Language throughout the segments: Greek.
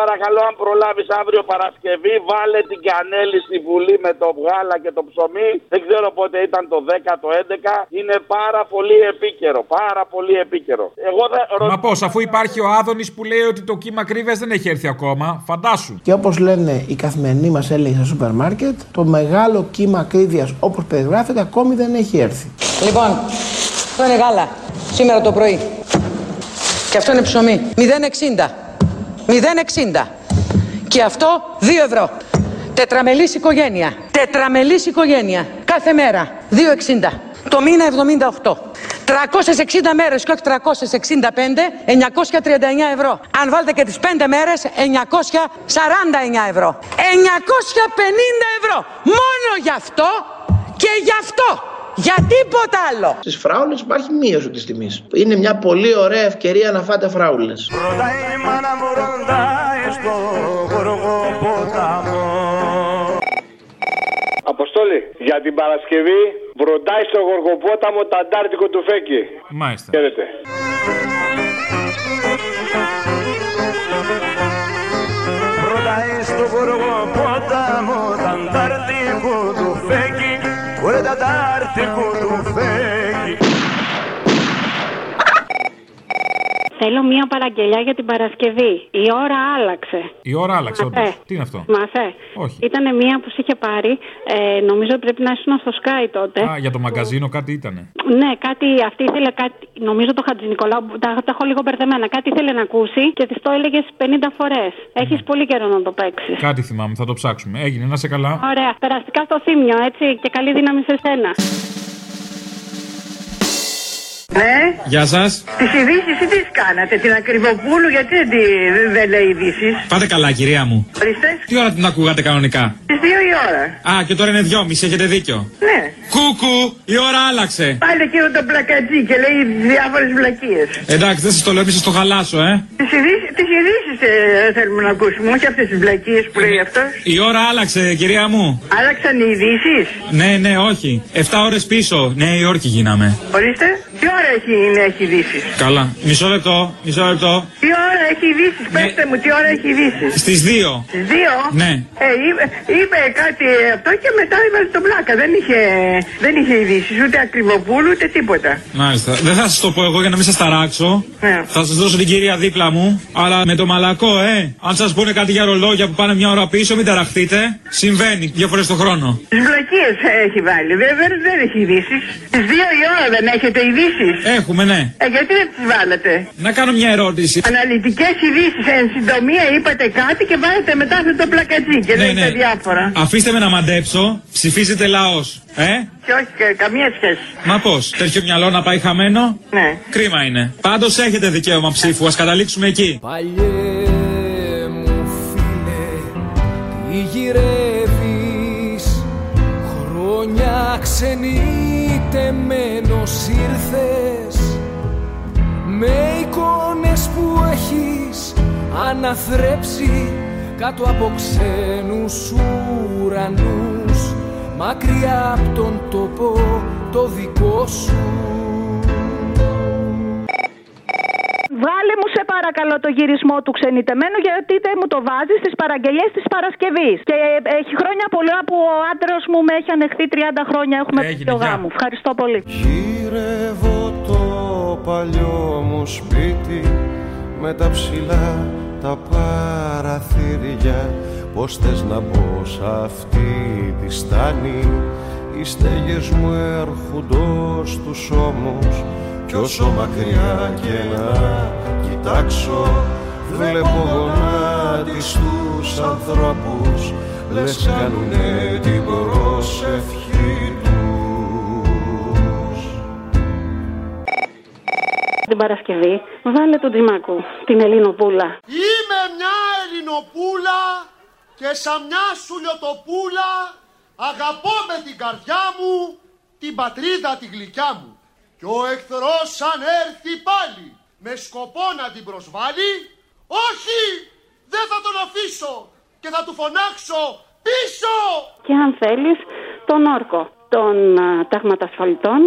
παρακαλώ, αν προλάβεις αύριο Παρασκευή, βάλε την κανέλη στη βουλή με το βγάλα και το ψωμί. Δεν ξέρω πότε ήταν το 10, το 11. Είναι πάρα πολύ επίκαιρο. Πάρα πολύ επίκαιρο. Εγώ δεν Μα πώς, αφού υπάρχει ο Άδωνης που λέει ότι το κύμα κρύβες δεν έχει έρθει ακόμα, φαντάσου. Και όπως λένε οι καθημερινοί μας έλεγχοι στα σούπερ μάρκετ, το μεγάλο κύμα ακρίβειας όπως περιγράφεται ακόμη δεν έχει έρθει. Λοιπόν, αυτό είναι γάλα. Σήμερα το πρωί. Και αυτό είναι ψωμί. 0,60. 0,60. Και αυτό 2 ευρώ. Τετραμελής οικογένεια. Τετραμελής οικογένεια. Κάθε μέρα. 2,60. Το μήνα 78. 360 μέρες και όχι 365, 939 ευρώ. Αν βάλετε και τις 5 μέρες, 949 ευρώ. 950 ευρώ. Μόνο γι' αυτό και γι' αυτό. Για τίποτα άλλο. Στις φράουλες υπάρχει μείωση της τιμής. Είναι μια πολύ ωραία ευκαιρία να φάτε φράουλες. Ροντάει η μάνα μου ροντάει στο γοργό ποταμό Αποστόλη, για την Παρασκευή βροντάει στο γοργοπόταμο τα αντάρτικο του φέκι. Μάλιστα. Χαίρετε. Ροντάει στο γοργό ποταμό τα αντάρτικο του φέκι Ωραία τα αντάρτικο του φέκι Θέλω μία παραγγελιά για την Παρασκευή. Η ώρα άλλαξε. Η ώρα άλλαξε, όντω. Ε. Τι είναι αυτό. Μαθέ. Όχι. Ήταν μία που σε είχε πάρει. Ε, νομίζω πρέπει να ήσουν στο Sky τότε. Α, για το μαγκαζίνο κάτι ήτανε. Ναι, κάτι αυτή ήθελε κάτι. Νομίζω το Χατζη Νικολάου. Τα, τα έχω λίγο μπερδεμένα. Κάτι ήθελε να ακούσει και της το έλεγες 50 φορές. Ναι. Έχεις πολύ καιρό να το παίξεις. Κάτι θυμάμαι, θα το ψάξουμε. Έγινε, να σε καλά. Ωραία. Περαστικά στο θύμιο, έτσι. Και καλή δύναμη σε σένα. Ναι, Γεια σας. τις ειδήσεις ή τις κάνατε, την Ακριβοπούλου, γιατί δεν, τη- δεν λέει ειδήσεις. Πάτε καλά, κυρία μου. Ορίστε, Τι ώρα την ακούγατε κανονικά. στι 2 η ώρα. Α, και τώρα είναι δυόμιση, έχετε δίκιο. Ναι, Κούκου, η ώρα άλλαξε. πάλι εκείνο το πλακατζί και λέει διάφορες βλακίες. Εντάξει, δεν σας το λέω, μη σας το χαλάσω, ε. Τις ειδήσεις ε, θέλουμε να ακούσουμε, όχι αυτές τις βλακίες που λέει αυτός. Η ώρα άλλαξε, κυρία μου. Άλλαξαν οι ειδήσεις. Ναι, ναι, όχι. 7 ώρες πίσω. Νέα Υόρκη γίναμε. Ορίστε, τι ώρα έχει, είναι, έχει ειδήσεις. Καλά. Μισό λεπτό, μισό λεπτό. Τι ώρα έχει ειδήσει, πετε μου, τι ώρα έχει ειδήσει. Στις 2. Στις δύο. Ναι. Ε, είπε, είπε κάτι αυτό και μετά έβαλε τον πλάκα. Δεν είχε, δεν είχε ειδήσει ούτε ακριβοπούλου ούτε τίποτα. Μάλιστα. Δεν θα σας το πω εγώ για να μην σας ταράξω. Ναι. Θα σας δώσω την κυρία δίπλα μου. Αλλά με το μαλακό, ε. Αν σας πούνε κάτι για ρολόγια που πάνε μια ώρα πίσω, μην ταραχτείτε. Συμβαίνει δύο φορές το χρόνο. Τις βλακίες έχει βάλει. Δεν, δεν, δεν έχει ειδήσεις. Στις δύο η ώρα δεν έχετε ειδήσεις. Έχουμε, ναι. Ε, γιατί δεν τις βάλατε. Να κάνω μια ερώτηση. Αναλυτικέ ειδήσεις. Εν συντομία είπατε κάτι και βάλετε μετά αυτό το πλακατζί και Ναι, λέτε διάφορα. Αφήστε με να μαντέψω. Ψηφίζετε λαός. Ε. Και όχι κα- καμία σχέση. Μα πώς. Τέτοιο μυαλό να πάει χαμένο. Ναι. Κρίμα είναι. Πάντως έχετε δικαίωμα ψήφου. Ας καταλήξουμε εκεί. Παλιέ μου φίλε, τι γυρεύεις Χρόνια ξενιτεμένος ήρθες Με εικόνες που έχεις αναθρέψει Κάτω από ξένους ουρανούς Μακριά από τον τόπο το δικό σου Βάλε μου σε παρακαλώ το γυρισμό του ξενιτεμένου γιατί δεν μου το βάζεις στις παραγγελίες της Παρασκευής. Και ε, έχει χρόνια πολλά που ο άντρα μου με έχει ανεχθεί 30 χρόνια. Έχουμε Έγινε, το γεια. γάμο. Ευχαριστώ πολύ. Γυρεύω το παλιό μου σπίτι με τα ψηλά τα παραθύρια πως θες να μπω σ' αυτή τη στάνη οι στέγες μου έρχονται στους ώμους κι όσο μακριά και να κοιτάξω βλέπω γονάτις τους ανθρώπους λες κάνουνε την προσευχή τους Την Παρασκευή βάλε τον Τζιμάκου, την Ελληνοπούλα. Είμαι μια Ελληνοπούλα και σαν μια σουλιοτοπούλα αγαπώ με την καρδιά μου την πατρίδα τη γλυκιά μου. Και ο εχθρός αν έρθει πάλι με σκοπό να την προσβάλλει, όχι, δεν θα τον αφήσω και θα του φωνάξω πίσω. Και αν θέλεις, τον ε, όρκος των α, ταγματασφαλτών.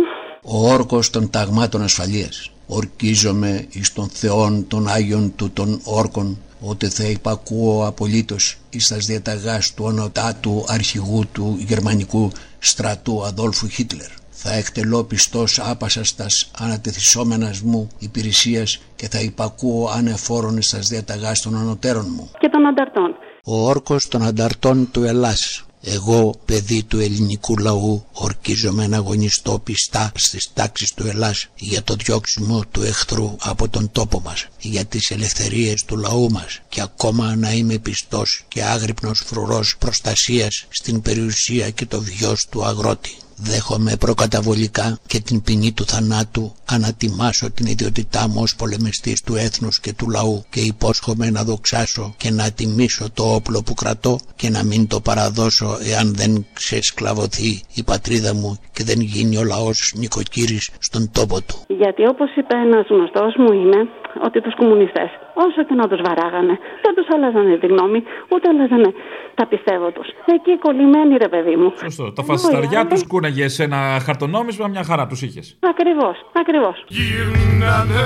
ο όρκος των ταγμάτων ασφαλείας. Ορκίζομαι εις των Θεών των Άγιων του των όρκων ότι θα υπακούω απολύτως εις τας διαταγάς του ονοτάτου αρχηγού του γερμανικού στρατού Αδόλφου Χίτλερ. Θα εκτελώ πιστός άπασας τας ανατεθισόμενας μου υπηρεσίας και θα υπακούω ανεφόρον εις τας διαταγάς των ανωτέρων μου. και των ανταρτών. Ο όρκος των ανταρτών του Ελλάς. Εγώ, παιδί του ελληνικού λαού, ορκίζομαι να αγωνιστώ πιστά στις τάξεις του Ελλάς για το διώξιμο του εχθρού από τον τόπο μας, για τις ελευθερίες του λαού μας και ακόμα να είμαι πιστός και άγρυπνος φρουρός προστασίας στην περιουσία και το βιός του αγρότη. Δέχομαι προκαταβολικά και την ποινή του θανάτου, ανατιμάσω την ιδιότητά μου ως πολεμιστής του έθνους και του λαού και υπόσχομαι να δοξάσω και να τιμήσω το όπλο που κρατώ και να μην το παραδώσω εάν δεν ξεσκλαβωθεί η πατρίδα μου και δεν γίνει ο λαός νοικοκύρης στον τόπο του. Γιατί όπως είπε ένας γνωστός μου είναι ότι τους κομμουνιστές, όσο και να του βαράγανε, δεν τους άλλαζανε τη γνώμη, ούτε άλλαζανε τα πιστεύω τους. Εκεί κολλημένοι, ρε παιδί μου. Σωστό. Τα φασισταριά τους κούναγε σε ένα χαρτονόμισμα, μια χαρά τους είχες. Ακριβώς, ακριβώς. γυρνάνε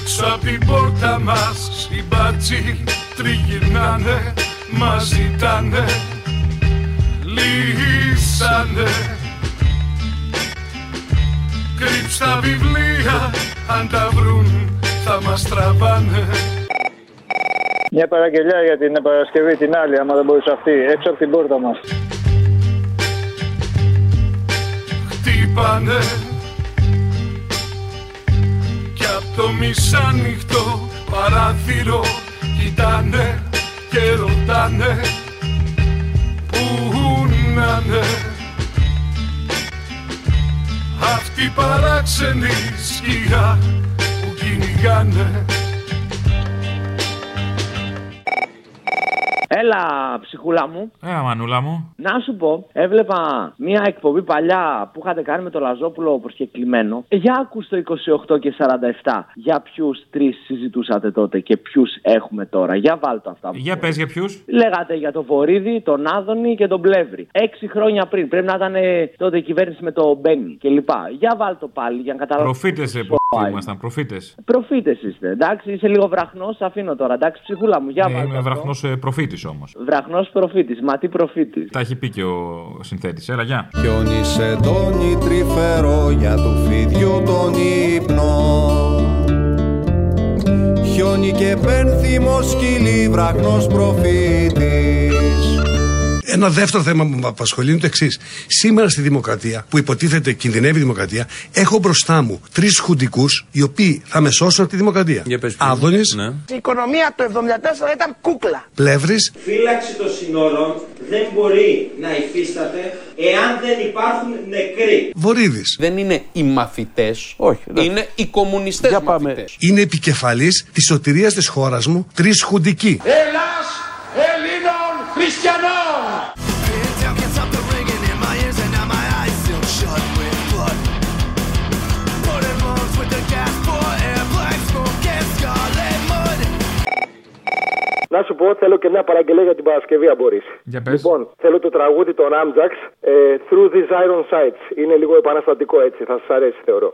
Έξω απ' την πόρτα μας οι μπάτσοι τριγυρνάνε Μας ζητάνε, λύσανε Κρύψ' τα βιβλία, αν τα βρουν θα μας τραβάνε Μια παραγγελιά για την Παρασκευή την άλλη, άμα δεν μπορείς αυτή, έξω από την πόρτα μας. χτύπανε Κι απ' το μισάνυχτο παράθυρο κοιτάνε και ρωτάνε Πού να'ναι Αυτή η παράξενη σκιά που κυνηγάνε Έλα, ψυχούλα μου. Έλα, Ε, μανούλα μου. Να σου πω, έβλεπα μια εκπομπή παλιά που είχατε κάνει με το Λαζόπουλο προσκεκλημένο. Ε, Για ακούς το 28 και 47. Για ποιους τρεις συζητούσατε τότε και ποιους έχουμε τώρα. Για βάλτε αυτά. Για πες για ποιους. Λέγατε για τον Βορύδη, τον Άδωνη και τον Πλεύρη. Έξι χρόνια πριν. Πρέπει να ήταν ε, τότε η κυβέρνηση με τον Μπένι κλπ. Για βάλτε πάλι για να καταλάβω. Προφήτε, ρε που ήμασταν, προφήτες. Ε, Προφήτες είστε, εντάξει. Είσαι λίγο βραχνός, σε αφήνω τώρα. Εντάξει, ψυχούλα μου, για Ε, βάλτε. είμαι βραχνό προφήτης όμως. Βραχνός προφήτης, μα τι προφήτης. Τα έχει πει και ο συνθέτης. Έλα, γεια. Χιόνι σε τόνι τρυφερό για του φιδιού τον ύπνο Χιόνι και πένθυμος σκυλί βραχνός προφήτης Ένα δεύτερο θέμα που με απασχολεί είναι το εξής. Σήμερα στη δημοκρατία, που υποτίθεται κινδυνεύει η δημοκρατία, έχω μπροστά μου τρεις χουντικούς οι οποίοι θα με σώσουν από τη δημοκρατία. Άδωνη, Η οικονομία του 74 ήταν κούκλα. Πλεύρης, Φύλαξη των συνόρων δεν μπορεί να υφίσταται εάν δεν υπάρχουν νεκροί. Βορύδης. Δεν είναι οι μαθητές. Όχι. Είναι οι κομμουνιστές μαθητές. είναι επικεφαλής της σωτηρίας της χώρας μου, τρεις χουντικοί. Ελλάς Ελλήνων Χριστιανών Να σου πω, θέλω και μια παραγγελία για την Παρασκευή, αν μπορείς. Για πες. Λοιπόν, θέλω το τραγούδι των Amjax, ε, Through These Iron Sights. Είναι λίγο επαναστατικό έτσι, θα σας αρέσει, θεωρώ.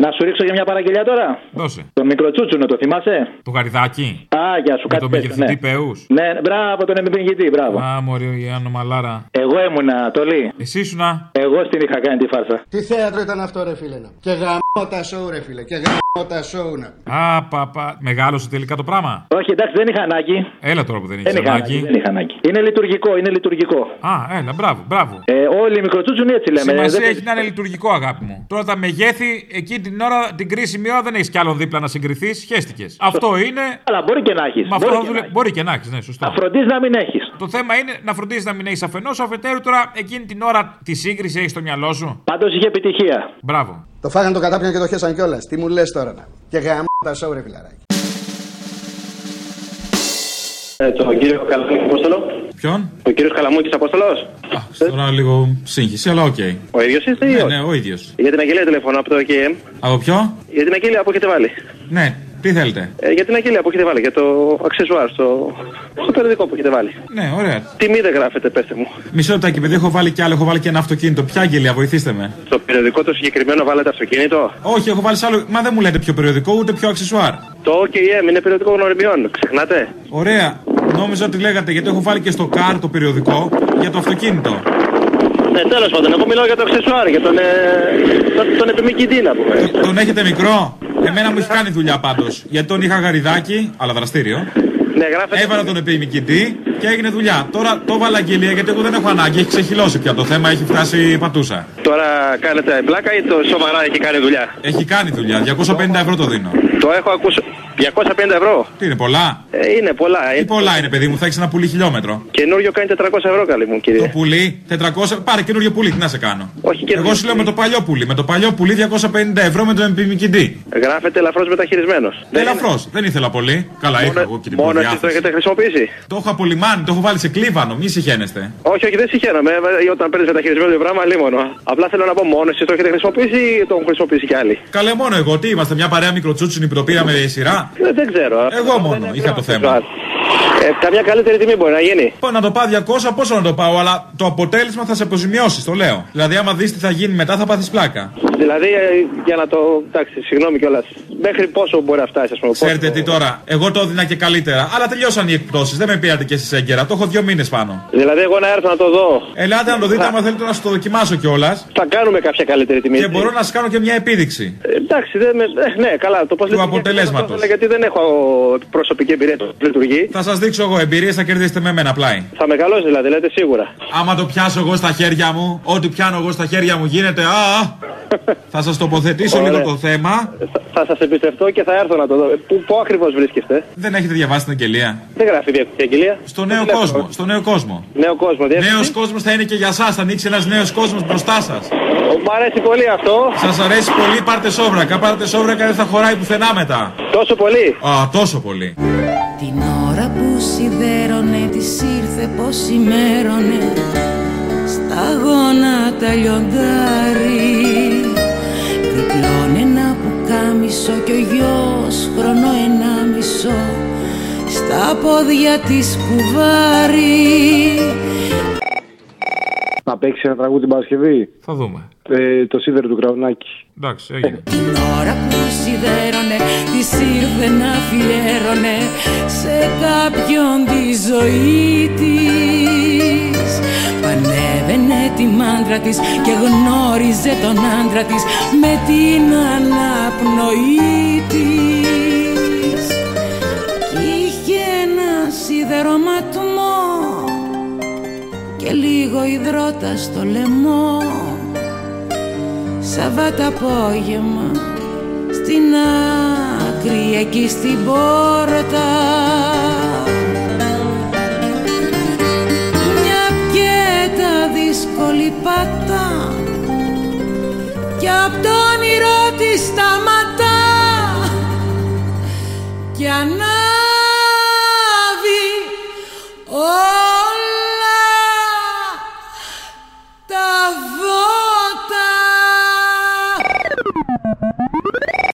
Να σου ρίξω για μια παραγγελιά τώρα. Δώσε. Το μικρό τσούτσουνο, το θυμάσαι. Το γαριδάκι. Α, για σου Με κάτι τον τέτοιο, μεγεθυντή ναι. Πεούς. Ναι, μπράβο τον εμπειρηγητή, μπράβο. Α, μωρή, η Άνω Μαλάρα. Εγώ ήμουνα, Τολί. Εσύ ήσουνα. Εγώ στην είχα κάνει τη φάρσα. Τι θέατρο ήταν αυτό ρε φίλε να. Και γαμώ τα σόου ρε φίλε. Και γαμώ τα σόου να. Α, πα, πα. Μεγάλωσε τελικά το πράγμα. Όχι, εντάξει, δεν είχα ανάγκη. Έλα τώρα που δεν Δεν έχει είχα ανάγκη. ανάγκη. Δεν είχα ανάγκη. Είναι λειτουργικό, είναι λειτουργικό. Α, έλα, μπράβο, μπράβο. Ε, όλοι οι μικροτσούτσουνοι έτσι λέμε. Σημασία Δεν- έχει να είναι λειτουργικό, αγάπη μου. Τώρα τα μεγέθη, εκεί την ώρα, την κρίσιμη ώρα δεν έχεις κι άλλον δίπλα να συγκριθείς. Χαίστηκες. Αυτό είναι. Αλλά μπορεί και να έχεις. Μα αυτό Μπορεί θα και δουλε- να έχεις. Μπορεί και να έχεις, ναι, σωστό. Να φροντίζει να μην έχεις. Το θέμα είναι να φροντίζεις να μην έχεις αφενός, αφετέρου τώρα εκείνη την ώρα τη σύγκριση έχεις στο μυαλό σου. Πάντως είχε επιτυχία. Μπράβο. Το φάγανε το κατάπιαν και το χέσαν κιόλας. Τι μου λες τώρα να. Και γαμώ τα σόου ρε φιλαράκι. Ε, τον κύριο Καλαμίκη, πώς θέλω. Ποιον? Ο κύριος Καλαμούκης Απόστολος. Τώρα λίγο σύγχυση, αλλά οκ. Ο ίδιος είστε ή Ναι, όχι? ναι, ο ίδιος. Για την αγγελία τηλεφωνώ από το ΚΕΜ. Από ποιο? Για την αγγελία που έχετε βάλει. Ναι, τι θέλετε. Ε, για την αγγελία που έχετε βάλει. Για το αξεσουάρ στο, στο περιοδικό που έχετε βάλει. Ναι, ωραία. Τιμή δεν γράφετε, πετε μου. Μισό λεπτάκι, επειδή έχω βάλει κι άλλο, έχω βάλει και ένα αυτοκίνητο. Ποια αγγελία, βοηθήστε με. Στο περιοδικό το συγκεκριμένο βάλετε αυτοκίνητο. Όχι, έχω βάλει σ' άλλο. Μα δεν μου λέτε πιο περιοδικό, ούτε πιο αξεσουάρ. Το OKM είναι περιοδικό γνωριμιών. Ξεχνάτε. Ωραία. Νόμιζα ότι λέγατε γιατί έχω βάλει και στο καρ το περιοδικό για το αυτοκίνητο. Ναι, τέλος πάντων, εγώ μιλάω για το αξεσουάρ, για τον, ε, τον, τον επιμηκητή να πούμε. Τον έχετε μικρό. Εμένα μου έχει κάνει δουλειά πάντως. Γιατί τον είχα γαριδάκι, αλλά δραστήριο. Ναι, γράφετε. Έβαλα τον επιμηκητή και έγινε δουλειά. Τώρα το βάλα αγγελία γιατί εγώ δεν έχω ανάγκη. Έχει ξεχυλώσει πια το θέμα, έχει φτάσει η πατούσα. Τώρα κάνετε πλάκα ή το σοβαρά έχει κάνει δουλειά. Έχει κάνει δουλειά. 250 ευρώ το δίνω. Το έχω ακούσει. 250 ευρώ. Τι είναι πολλά. Ε, είναι πολλά. Τι πολλά είναι, παιδί μου, θα έχεις ένα πουλί χιλιόμετρο. Καινούριο κάνει 400 ευρώ, καλή μου κύριε. Το πουλί, 400, πάρε καινούριο πουλί, τι να σε κάνω. Ε. Όχι, Εγώ σου λέω με το παλιό πουλί. Με το παλιό πουλί 250 ευρώ με τον επιμηκητή. Γράφεται ελαφρώς μεταχειρισμένος. Ναι, Ελαφρώς, δεν ήθελα πολύ. Καλά, είχα εγώ και την Ναι, Μόνο εσεί προδιάθεση. το έχετε χρησιμοποιήσει. Το έχω απολυμάνει, το έχω βάλει σε κλίβανο, μη συχαίνεστε. Όχι, όχι, δεν συγχαίρομαι. ε, Όταν παίρνεις μεταχειρισμένο το πράγμα, λίμωνο. Απλά θέλω να πω μόνο εσεί το έχετε χρησιμοποιήσει ή το έχουν χρησιμοποιήσει κι άλλοι. Καλέ μόνο εγώ, τι είμαστε, μια παρέα μικροτσούτσινη που το πήραμε σειρά. Ε, δεν ξέρω. Εγώ μόνο είχα το θέμα. Ε, καμιά καλύτερη τιμή μπορεί να γίνει. Πω, να το πάω 200, πόσο να το πάω, αλλά το αποτέλεσμα θα σε αποζημιώσεις, το λέω. Δηλαδή, άμα δεις τι θα γίνει μετά, θα πάθεις πλάκα. Δηλαδή, ε, για να το. Εντάξει, συγγνώμη κιόλας. Μέχρι πόσο μπορεί να φτάσεις, ας πούμε. πόσο- Ξέρετε τι τώρα, εγώ το έδινα και καλύτερα. Αλλά τελειώσαν οι εκπτώσεις, δεν με πήρατε και εσείς έγκαιρα. Το έχω δύο μήνες πάνω. Δηλαδή, εγώ να έρθω να το δω. Ελάτε να το δείτε, άμα θέλετε να σου το δοκιμάσω κιόλας. Θα κάνουμε κάποια καλύτερη τιμή. Και μπορώ να σας κάνω και μια επίδειξη. Ε, εντάξει, δεν με... ε, ναι, καλά. Το πώς Του αποτελέσματος. Γιατί δεν έχω προσωπική εμπειρία που λειτουργεί. Θα σας δείξω εγώ εμπειρίες, θα κερδίσετε με μένα πλάι. Θα μεγαλώσει δηλαδή, λέτε σίγουρα. Άμα το πιάσω εγώ στα χέρια μου, ό,τι πιάνω εγώ στα χέρια μου γίνεται. Α, α. θα σας τοποθετήσω λίγο Ωραία. το θέμα. Θα σα εμπιστευτώ και θα έρθω να το δω. Ε, Πού, πού ακριβώς βρίσκεστε. Δεν έχετε διαβάσει την αγγελία. Δεν γράφει η αγγελία. Στο νέο κόσμο. Στο νέο κόσμο. Νέο κόσμο, διεύθυνση. Νέος κόσμος θα είναι και για εσά. Θα ανοίξει ένας νέος κόσμος μπροστά σας. Μ' αρέσει πολύ αυτό. Σας αρέσει πολύ, πάρτε σόβρακα. Πάρτε σόβρακα, δεν θα χωράει πουθενά μετά. Τόσο πολύ. Α, τόσο πολύ. Την ώρα που σιδέρωνε της ήρθε πως ημέρωνε Στα γόνατα λιοντάρι Διπλών ένα πουκάμισο κι ο γιος χρονό ενάμισο Στα πόδια της κουβάρι Θα παίξει ένα τραγούδι την Παρασκευή. Θα δούμε. Ε, το σίδερο του Κραουνάκη. Εντάξει, έγινε. ώρα που σιδέρωνε Της ήρθε να αφιέρωνε Σε κάποιον τη ζωή της Πανέβαινε τη μάντρα της Και γνώριζε τον άντρα της Με την αναπνοή της Κι είχε ένα σιδερωματμό Και λίγο υδρότα στο λαιμό Σαββάτο απόγευμα στην άκρη εκεί στην πόρτα μια πιέτα δύσκολη πατά και απ' το όνειρό της σταματά και ανά